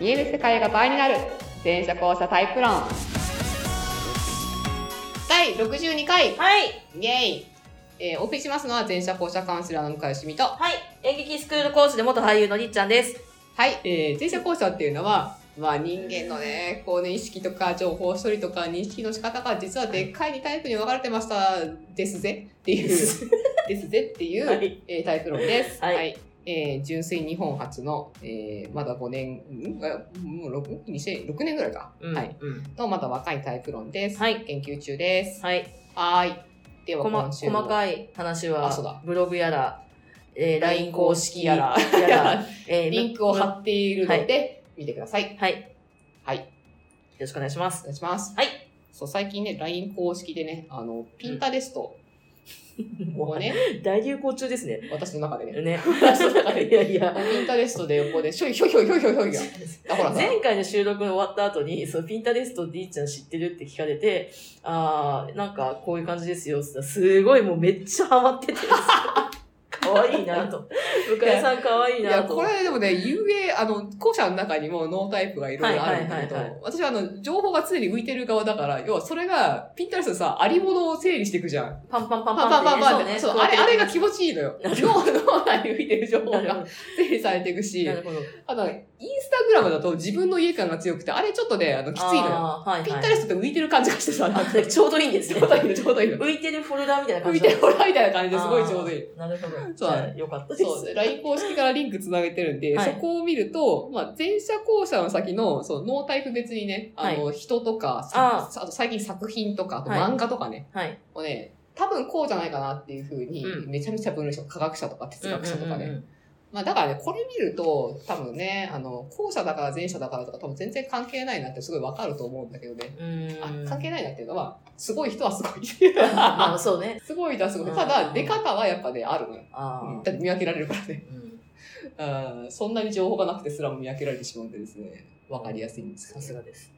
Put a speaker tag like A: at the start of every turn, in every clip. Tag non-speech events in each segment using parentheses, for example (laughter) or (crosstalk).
A: 見える世界が倍になる全社交差タイプ論第62回
B: はい。
A: イエイ、えー、お送りしますのは全社交差カウンセラーの向井しみと
B: はい。演劇スクールコースで元俳優のりっちゃんです。
A: はい、えー、前者後者っていうのは、まあ、人間のねこうね意識とか情報処理とか認識の仕方が実はでっかいにタイプに分かれてましたですぜって (laughs) いうですぜっていう、
B: はい
A: えータイプ論です。
B: はい
A: えー純粋日本初の、えーまだ5年、んあもう 6, 6年ぐらいか、
B: うん
A: はい。
B: うん
A: のまだ若いタイプ論です。
B: はい。
A: 研究中です。
B: はい。
A: はーい。では
B: こま
A: 今週
B: 細
A: も
B: かい話は
A: あそうだ、
B: ブログやら、えー、
A: LINE
B: LINE 公式
A: や
B: や
A: ら
B: ら、
A: (laughs)
B: えー
A: リンクを貼
B: は
A: っているので、見てください。
B: い。よ
A: はい。
B: ろしくお願いしま
A: お
B: す。
A: 願いします。
B: はい。
A: そう、最近ね、LINE 公式でね、あの、ピンタレストを
B: (laughs)
A: ね、
B: 大流行中ですね。
A: 私の中でね、
B: ね。
A: 私の中で
B: いやいや。
A: (laughs) ピンタレストでこうで、ひょいひょいひょいひょいひょいひょいひょい。だからさ、
B: 前回の収録終わった後に、そのピンタレストっていっちゃん知ってるって聞かれて、あー、なんかこういう感じですよって言ったら、すごいもうめっちゃハマってて、可愛いなと。向井さん可愛い
A: い
B: な
A: や、
B: と。
A: これでもね、遊泳、あの、校舎の中にもノータイプがいろいろあるんだけど
B: はいはいは、
A: 私はあの、情報が常に浮いてる側だから、要はそれが、ピンタレストでさ、ありものを整理していくじゃん。
B: パンパンパ
A: パ
B: ン
A: ンパ
B: パン
A: ン
B: パ
A: パ
B: ン
A: ン
B: パ
A: パ
B: ン
A: ンっ
B: っ
A: てて、
B: ね
A: そう、
B: こうや
A: あ
B: っ
A: れ、
B: て
A: あれが気持ちいいのよ。
B: なる
A: 脳、脳内に浮いてる情報
B: なるほ
A: が
B: ど
A: 整理されていくし
B: な、るほど。
A: あと、インスタグラムだと自分の家感が強くて、あれちょっとね、あの、きついのよ。
B: あーはいはい、
A: ピンタレストって浮いてる感じがしてさ、
B: あちょうど (laughs) いいんです
A: ち
B: ね
A: ょう。どいいの、ちょうど
B: (laughs)
A: いいの。
B: 浮いてるフォルダみたいな感
A: 浮
B: じ
A: い
B: な
A: て
B: んです
A: もらいみたいな感じですごいちょうどいい。
B: い。なるほど。
A: そう
B: じゃあよかったです。
A: そう、LINE 公式からリンクつなげてるんで、
B: はい
A: そこを見ると、まあ、前者後者の先の、その、ノータイプ別にね、あの、人とか、さあと最近作品とか、あと
B: はい
A: 漫画とかね、
B: はい。
A: をね、多分こうじゃないかなっていうふうに、
B: うん
A: めちゃめちゃ分類してる科学者とか哲学者とか
B: うんうん
A: ね。
B: うん
A: まあ、だからね、これ見ると、多分ね、あの、後者だから前者だからとか、多分全然関係ないなってすごいわかると思うんだけどね。
B: うん。う
A: あ
B: ーん。、
A: 関係ないなっていうのは、すごい人はすごい。
B: ま (laughs) あ、そうね。
A: すごいだ、すごい。
B: うん
A: ただ、出方はやっぱね、あるのよ。
B: ああ。
A: だって見分けられるからね。
B: うん
A: あーそんなに情報がなくてすらも見分けられてしまうんでですね、わかりやすいんです
B: さ
A: け
B: す
A: ど。
B: がです。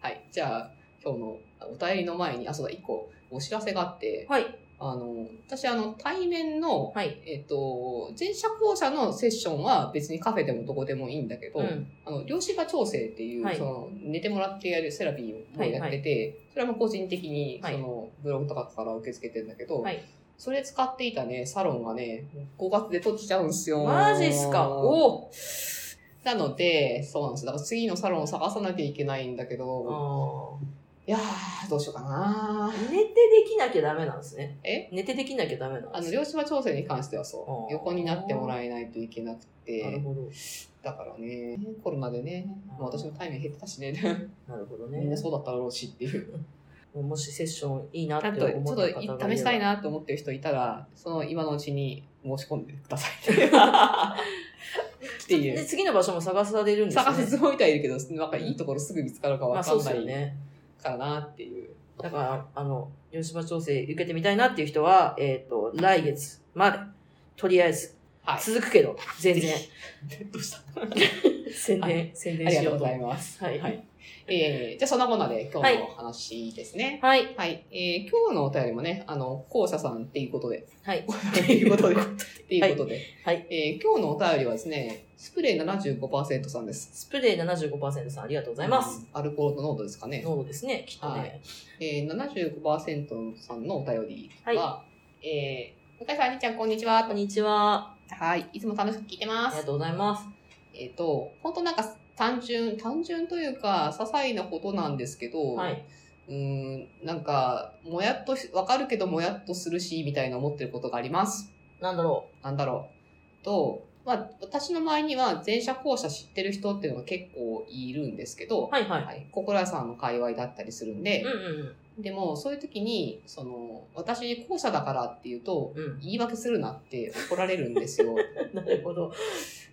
A: はい。じゃあ、今日のお便りの前に、あ、そうだ、一個お知らせがあって、
B: はい。
A: あの、私、あの、対面の、
B: はい。
A: えっ、と、前者後者のセッションは別にカフェでもどこでもいいんだけど、
B: うん。
A: あの、量子場調整っていう、
B: はい
A: その、寝てもらってやるセラピーもやってて、それはもう個人的に、
B: はい
A: その、ブログとかから受け付けてんだけど、
B: はい
A: それ使っていたね、サロンがね、5月で閉じちゃうんすよ。
B: マジっすか。おお。
A: なので、そうなんです。だから次のサロンを探さなきゃいけないんだけど、いやー、どうしようかな
B: 寝てできなきゃダメなんですね。
A: え
B: 寝てできなきゃダメなん
A: あ
B: で
A: の、
B: すね
A: 量子場調整に関してはそ
B: あ
A: う、
B: ー
A: 横になってもらえないといけなく
B: なる
A: て、
B: ほど。
A: だからね、コロナでね、まあ私も対面減ってたしね、
B: なるほ
A: (laughs)
B: ど
A: みん
B: ね
A: な。そうだったろうしっていう。
B: もしセッションいいなって
A: あ
B: 思っ
A: と、ちょ
B: た
A: っ
B: 方がいれば
A: と試したい。なと思ってる人いたら、その今のうちに申し込んでください。ってい
B: で
A: う。
B: 次の場所も探されるんですね。
A: 探すつもりではいるけど、なんかいいところすぐ見つかるか
B: ま
A: わ
B: あ
A: か
B: そうんです
A: な
B: よ
A: い
B: ね。
A: からなっていう。
B: だから、あの、吉場調整受けてみたいなっていう人は、えっ、と、来月まで、とりあえず、
A: はい
B: 続くけど、全然、 (laughs)
A: どうした
B: 宣
A: は
B: 伝、宣
A: (laughs) あ
B: 伝
A: り
B: し
A: がと
B: よ
A: うご
B: うと。
A: ざいます。
B: (laughs) はい。
A: は
B: はいい。
A: えー、じゃあそんなこんなで今
B: は
A: 日
B: い
A: のお話ですね。
B: はい。
A: はい。えー、今日のお便りもね、あの、校舎さんっていうことで、
B: はい。
A: っていうことで、っていうことで、
B: はい
A: えー今日のお便りはですね、スプレー75%さんです。
B: スプレー75%さん、ありがとうございます。
A: アルコールの濃度ですかね。
B: 濃度ですね、きっと
A: は
B: ね。
A: えー、75%さんのお便りは、
B: は
A: えー、向井さん、兄ちゃん、こんにちは。
B: こんにちは。
A: はい。いつも楽しく聞いてま
B: ありが
A: す。
B: とうございます。
A: えっ、と、本当なんか単純、単純というか、些細なことなんですけど、
B: はい。
A: うーん、なんか、もやっとし、わかるけどもやっとするし、みたいな思ってることがあります。
B: なんだろ
A: なんだろう。と、まあ、私の前には前者後者知ってる人っていうのが結構いるんですけど、
B: う。はいはい。
A: はい。心屋さんの界隈だったりするんで
B: うん、うん
A: でも、そういう時に、その、私、後者だからっていうと、
B: うん。 (laughs) うん。
A: 言い訳するなって怒られるんです
B: (laughs)
A: よ。
B: なるほど。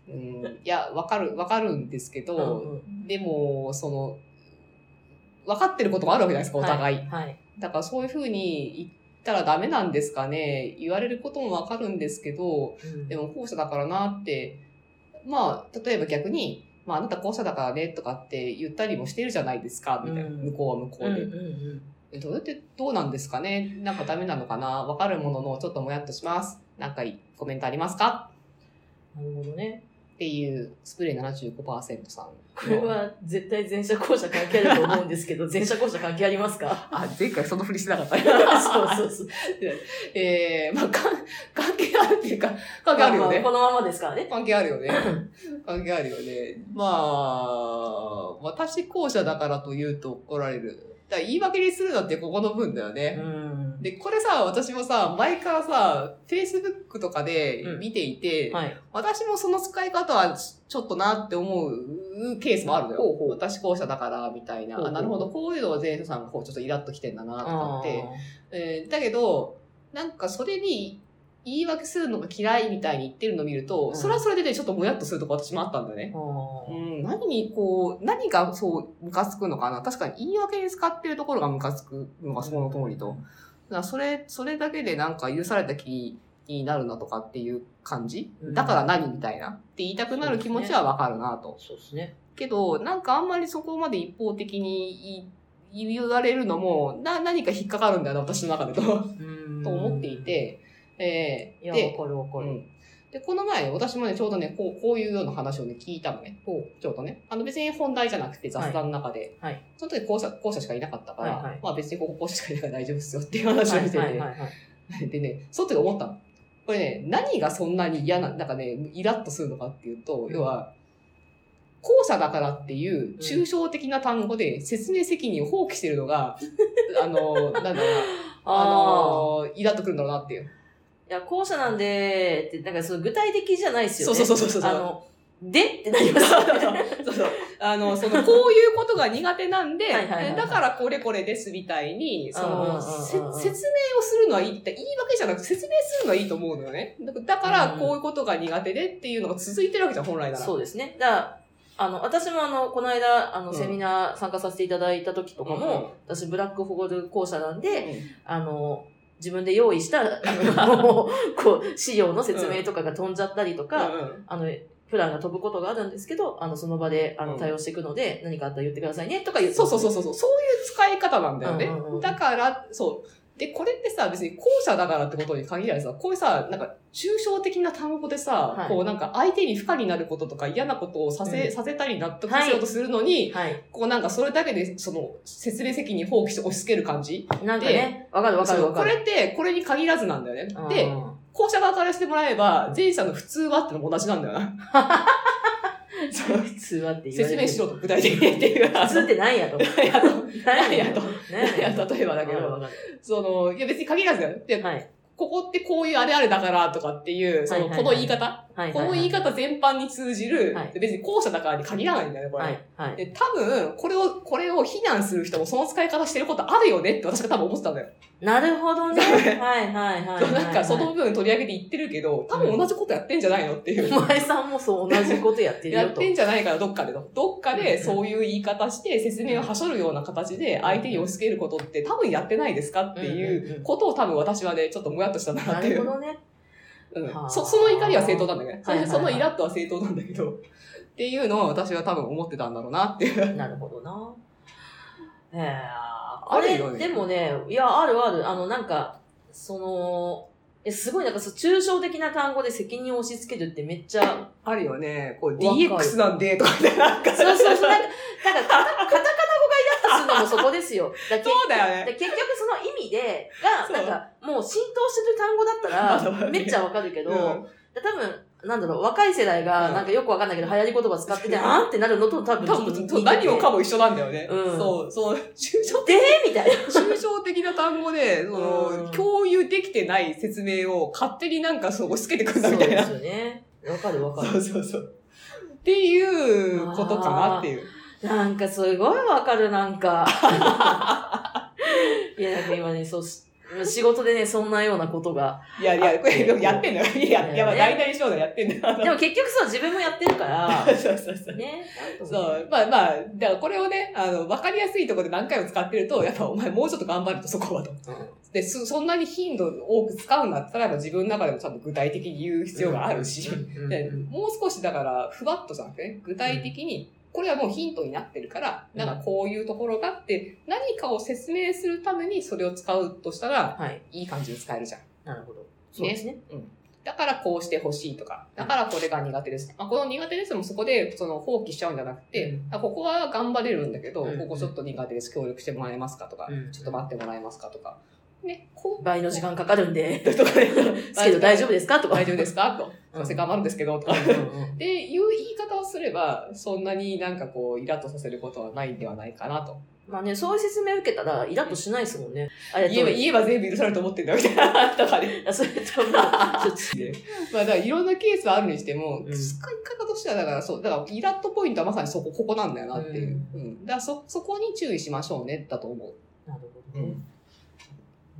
A: うん、いや、わかる、わかるんですけ
B: うん
A: ど
B: う、
A: でも、その、分かってることもあるわけじゃないですか、お互い。
B: はい。
A: だからそういうふうに言ったらダメなんですかね。言われることもわかるんですけど、
B: うん
A: でも後者だからなって、まあ、例えば逆に、まあ、あなた後者だからねとかって言ったりもしてるじゃないですか、みたいな。
B: うん
A: 向こうは向こ
B: うん
A: う
B: うん
A: で。
B: うん。
A: どうやってどうなんですかねなんかダメなのかなわかるものの、ちょっともやっとします。なんかいいコメントありますか
B: なるほどね。
A: っていうスプレー75%さんの。
B: これは絶対前者後者関係あると思うんですけ (laughs) ど、前者後者関係ありますか
A: あ、前回そのふりしてなかった。
B: (laughs) そうそうそう。
A: (laughs) ええまあ、か関係あるっていうか、関係あるよ
B: ま
A: ね
B: ま。このままですからね。
A: 関係あるよね。 (laughs) 関係あるよね。まあ、私後者だからと言うと怒られる。だから言い訳にするのってここの分だよね。
B: うん。
A: で、これさ、私もさ、前からさ、Facebook とかで
B: うん
A: 見ていて、
B: はい。
A: 私もその使い方はちょっとなって思うケースもあるのよ。
B: ほうほう
A: 私後者だから、みたいな。
B: ほうほう
A: あなるほど、こういうのが前者さんがこうちょっとイラッときてんだな、とか
B: あ
A: って。えーだけど、なんかそれに言い訳するのが嫌いみたいに言ってるのを見ると、
B: うん
A: それはそれでね、ちょっともやっとするとこ私もあったんだよね。う
B: ー
A: ん、何にこう、何がそう、ムカつくのかな。確かに言い訳に使ってるところがムカつくのがその通りと。だからそれ、それだけでなんか許された気になるなとかっていう感じ
B: うん
A: だから何みたいなって言いたくなる気持ちはわかるなと。
B: そうですね。
A: けど、なんかあんまりそこまで一方的に言い言われるのも、な、何か引っかかるんだよな、私の中でと、と
B: うん
A: 思ってい。て、え
B: い
A: ー
B: や、
A: で、
B: わかるわか
A: う
B: る。
A: んで、この前ね、私もね、ちょうどね、こう、こういうような話をね、聞いたのね。ちょうどね。あの、別に本題じゃなくて雑談の中で。
B: はいはい
A: その時、校舎、校舎しかいなかったから、
B: はいはい
A: まあ別にここ校舎しかいないから大丈夫ですよっていう話をしてて。
B: はいはいはいはい。
A: でね、その時思ったの。これね、何がそんなに嫌な、なんかね、イラッとするのかっていうと、要は、後者だからっていう抽象的な単語で説明責任を放棄してるの
B: (laughs)
A: が、あの、なんだろうな、あ
B: ああ。
A: の、イラッとくるんだろうなっていう。
B: いや、後者なんで、って、なんかその具体的じゃないですよね。
A: そうそうそうそうそう
B: あの、でってなりますよね。
A: そうそう。あの、その、こういうことが苦手なんで、
B: はいはいはいはい
A: だからこれこれですみたいに、そ
B: うんうんうんう
A: の、
B: ん
A: せ説明をするのはいいって、言い訳じゃなくて説明するのはいいと思うのよね。だだから、
B: うん
A: こういうことが苦手でっていうのが続いてるわけじゃん、本来なら。
B: そうですね。だからあの、私もあの、この間、あの、
A: うん
B: セミナー参加させていただいた時とかも、私、ブラックホール校舎なんで、あの、自分で用意した、あの、 (laughs) こう、資料の説明とかが飛んじゃったりとか、あの、プランが飛ぶことがあるんですけど、あの、その場で、あ
A: う
B: の、
A: ん
B: 対応していくので、何かあったら言ってくださいね、とか言って。
A: そうそうそうそうそう。そういう使い方なんだよね。
B: うんうんうん
A: だから、そう。で、これってさ、別に後者だからってことに限らずさ、こういうさ、なんか、抽象的な単語でさ、
B: はい
A: こうなんか相手に負荷になることとか嫌なことをさせ、
B: うん
A: させたり納得しようとするのに、
B: はい。
A: こうなんかそれだけで、その、説明責任放棄して押し付ける感じ。
B: なんかね、わかるわかる
A: そう
B: わか
A: これ
B: る。
A: って、これに限らずなんだよね。
B: う
A: で、
B: ん
A: 後者側からしてもらえば、前者の普通はってのも同じなんだよ
B: (laughs)
A: な。そう
B: 普通はって言
A: 説
B: われて
A: 明
B: る
A: しろと、具体的にっていう。
B: (laughs) 普通って
A: (laughs)
B: 何やと。
A: 何やと。何
B: 何
A: やと。
B: 何やと。
A: (laughs) 何や例えばだけど
B: わかるわかる
A: その、いや別に限らずだよ。で、
B: はい。
A: ここってこういうあれあれだからとかっていう、その、
B: はいはい
A: こ
B: はい
A: の言い方、
B: はい。
A: この言い方全般に通じる、
B: はい
A: 別に後者だからに限らないんだよね、これ。
B: はい。はい。
A: で、多分、これを、これを非難する人もその使い方してることあるよねって私が多分思ってたんだよ。
B: なるほどね。はいはいはい。
A: そうなんかその部分取り上げて言ってるけど、多分同じことやってんじゃないのっていう。
B: お前さんもそう同じことやってる
A: や
B: よ
A: っ
B: と。
A: てんじゃないからどっかでの。どっか
B: うん
A: で
B: うん
A: そういう言い方して説明をはしょるような形で相手に押し付けることって多分やってないですかって
B: うんうん
A: いううんことを多分私はね、ちょっともやっとしたんだな
B: な
A: ってい
B: る
A: う
B: ほ。ど (laughs) ね。
A: うん
B: はあ
A: そその怒りは正当なんだけどね、そ (laughs)
B: はいはいはい
A: そのイラッとは正当なんだけど、っていうのを私は多分思ってたんだろうなっていう。
B: なるほどな。えー、あ
A: ある
B: れ
A: よね
B: でもね、いや、あるある。あの、なんか、その、えすごいなんかそう、抽象的な単語で責任を押し付けるってめっちゃ、
A: あるよね。こう
B: わかる
A: DX なんでとかでなんか。
B: そうそうそう、なんか、なんかカタ、 (laughs) カタカナ語がイラッとするのもそこですよ。だけ
A: (laughs) そうだよね
B: で結局その意味で、
A: そ
B: が、
A: う
B: なんか、もう浸透してる単語だ (laughs) った
A: まあまあ
B: ら、
A: ね
B: めっちゃわかるけど、
A: うん
B: で多分、なんだろう、若い世代が、
A: うん
B: なんかよくわかんないけど、流行り言葉使ってて、
A: うん
B: あーってなるのと多分、
A: 多分、そう何もか
B: も。
A: も一緒なんだよね。
B: うん
A: そう、そう、抽象
B: でみたいな。
A: 抽象的な単語で、その、
B: うん
A: 共有できてない説明を勝手になんかそう押し付けてくるんだ (laughs) みたいな。
B: そうですよね。わかるわか
A: そう
B: る。
A: そうそう。っていうことかなっていう。
B: なんかすごいわかる、なんか。
A: (laughs)
B: いや、なんか今ね、そうし、仕事でね、そんなようなことが。
A: いやいや、これでもやってんだよ。いや、
B: うん
A: いや、まあ大体そうだよやってんだよ。
B: でも結局そう、自分もやってるか
A: (laughs)
B: ら。
A: そうそうそう。
B: ね。なんとも
A: そう。まあまあ、だからこれをね、あの、わかりやすいところで何回も使ってると、やっぱお前もうちょっと頑張るとそこはと。で、そそんなに頻度多く使うんだったら、やっぱ自分の中でもちゃんと具体的に言う必要があるし、
B: うんうん
A: で
B: うん
A: もう少しだから、ふわっとじゃなくてね、具体的に、これはもうヒントになってるから、
B: うん
A: なんかこういうところがあって、何かを説明するためにそれを使うとしたら、
B: はい。
A: いい感じで使えるじゃん。
B: なるほど。そうですね。
A: うんだからこうしてほしいとか、だからこれが苦手です。まあ、この苦手ですもそこでその放棄しちゃうんじゃなくて、
B: うん
A: あここは頑張れるんだけど、
B: うん
A: ここちょっと苦手です。協力してもらえますかとか、
B: うん
A: ちょっと待ってもらえますかとか。ね、こう。
B: 倍の時間かかるんで、
A: とか (laughs) ね
B: ですけど大丈夫ですかとか。
A: 大丈夫です
B: か
A: かと。すいません、頑張るんですけど、とか。
B: うん
A: っていう言い方をすれば、そんなになんかこう、イラッとさせることはないんではないかなと。
B: まあね、そういう説明受けたら、イラッとしないですもんね。あれ
A: 言えば、
B: い。
A: 言えば全部許されると思ってんだ、みたいな。とかね。
B: あそれと
A: (laughs)
B: も、ちょっと
A: まあ、だからいろんなケースはあるにしても、
B: うん
A: 使い方としては、だからそう、だからイラッとポイントはまさにそこ、ここなんだよなっていう。うん。だからそ、そこに注意しましょうね、だと思う。
B: なるほ
A: う
B: どね。
A: ん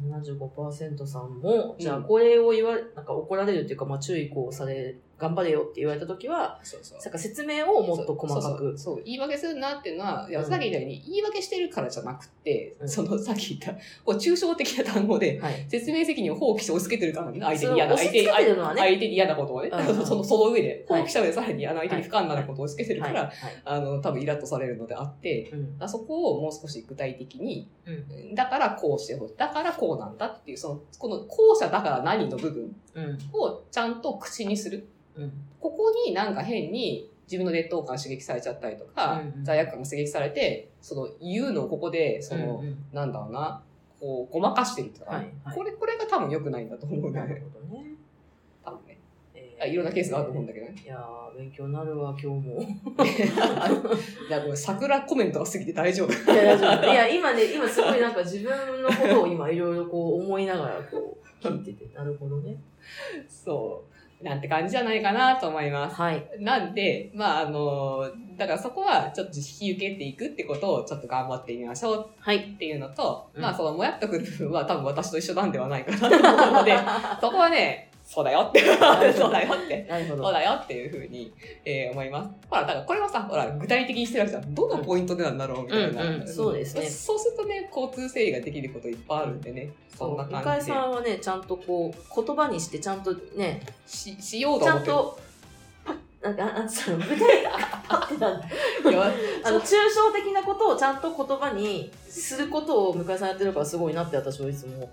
B: 75%さんも、じゃあ
A: うん
B: これを言われ、なんか怒られるっていうか、まあ注意こうされ、頑張れよって言われた時は、
A: そうそう
B: なんか説明をもっと
A: そ
B: 細
A: う
B: か
A: そう
B: く。
A: そう言い訳するなっていうのは、いや
B: うん
A: さっき言ったように、言い訳してるからじゃなくて、
B: うん
A: その、さっき言った、こう、抽象的な単語で、
B: はい。
A: 説明責任を放棄して押し付けてるからね、相手
B: そ
A: に
B: の
A: 嫌な、
B: 押
A: 相
B: し
A: 手
B: 付
A: に、
B: けてるのはね。
A: 相手に嫌なことをね、
B: うんうん
A: (laughs) そのその上で、放
B: はい
A: 棄した上でさらにあの相手に不可能なことを押し付けてるか
B: はい。
A: ら、
B: はい
A: あの、多分イラッとされるのであって、
B: うん
A: あそこをもう少し具体的に、
B: うん
A: だからこうしてほしい。だからこうなんだっていう、その、この後者だから何の部分
B: うん
A: をちゃんと口にする。
B: うん
A: ここになんか変に自分の劣等感刺激されちゃったりとか、
B: うんうん
A: 罪悪感が刺激されて、その言うのをここで、その、
B: うんうん
A: なんだろうな、こう、ごまかしてるとか、
B: はいはい
A: これ、これが多分良くないんだと思う
B: なる
A: ね。
B: ほどね。
A: 多分ね。
B: え
A: あいろんなケースがあると思うんだけどね。 (laughs)
B: いやー、勉強になるわ、今日も。
A: いや、ごめん、桜コメントが過ぎて大丈夫。
B: いや、大丈夫。いや、今ね、今すごいなんか自分のことを今いろいろこう思いながらこう聞いてて、なるほどね。
A: そう。なんて感じじゃないかなと思います。
B: はい。
A: なんで、まあ、あの、だからそこはちょっと引き受けていくってことをちょっと頑張ってみましょう
B: はい。
A: っていうのと、
B: うん
A: まあ、そのもやっとくる部分は多分私と一緒なんではないかなと思う (laughs) ので、そこはね、そうだよって、 (laughs) そうだよって。
B: なるほ
A: そう
B: ど。
A: だよっていうふうに、えー思います。ほら、だからこれはさ、ほら、具体的にしてるわけじゃん。どのポイントでなんだろうみたいな。
B: うんうんうんそうですね
A: そうするとね、交通整理ができることいっぱいあるんでね。そんな
B: 向
A: 感
B: 井
A: じで
B: さんはね、ちゃんとこう、言葉にして、ちゃんとね、
A: し。しようと
B: ちゃ
A: 思っ
B: ん
A: てる。
B: と、パッ、なんか、なんつうの、具
A: (laughs)
B: 体パッてなんだ
A: いや
B: あの、抽象的なことをちゃんと言葉にすることを向井さんやってるからすごいなって私はいつも思う。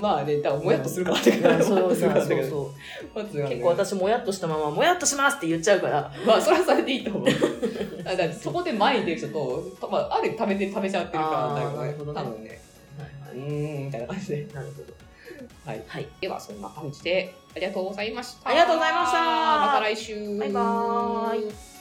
A: まあね、だからもやっとするからって
B: い
A: 感
B: や
A: じ。
B: そ
A: も
B: う
A: やっとす
B: そ
A: る (laughs)
B: う
A: からっ
B: そう
A: て感じ
B: そう。
A: 結
B: 結構私もやっとしたまま、もやっとしますって言っちゃうから、
A: まあそれはそれでいいと思うあだからそこで前に出る人と、たまあ、ある意味食べて食べちゃってるからだよ
B: あーな
A: ね
B: るほどね
A: 多分ね
B: は
A: うーんみたいな感じで
B: いなるほど。
A: はい
B: はい。
A: ではそんな感じでありがとうございました
B: ありがとうございました
A: また来週
B: バイバーイ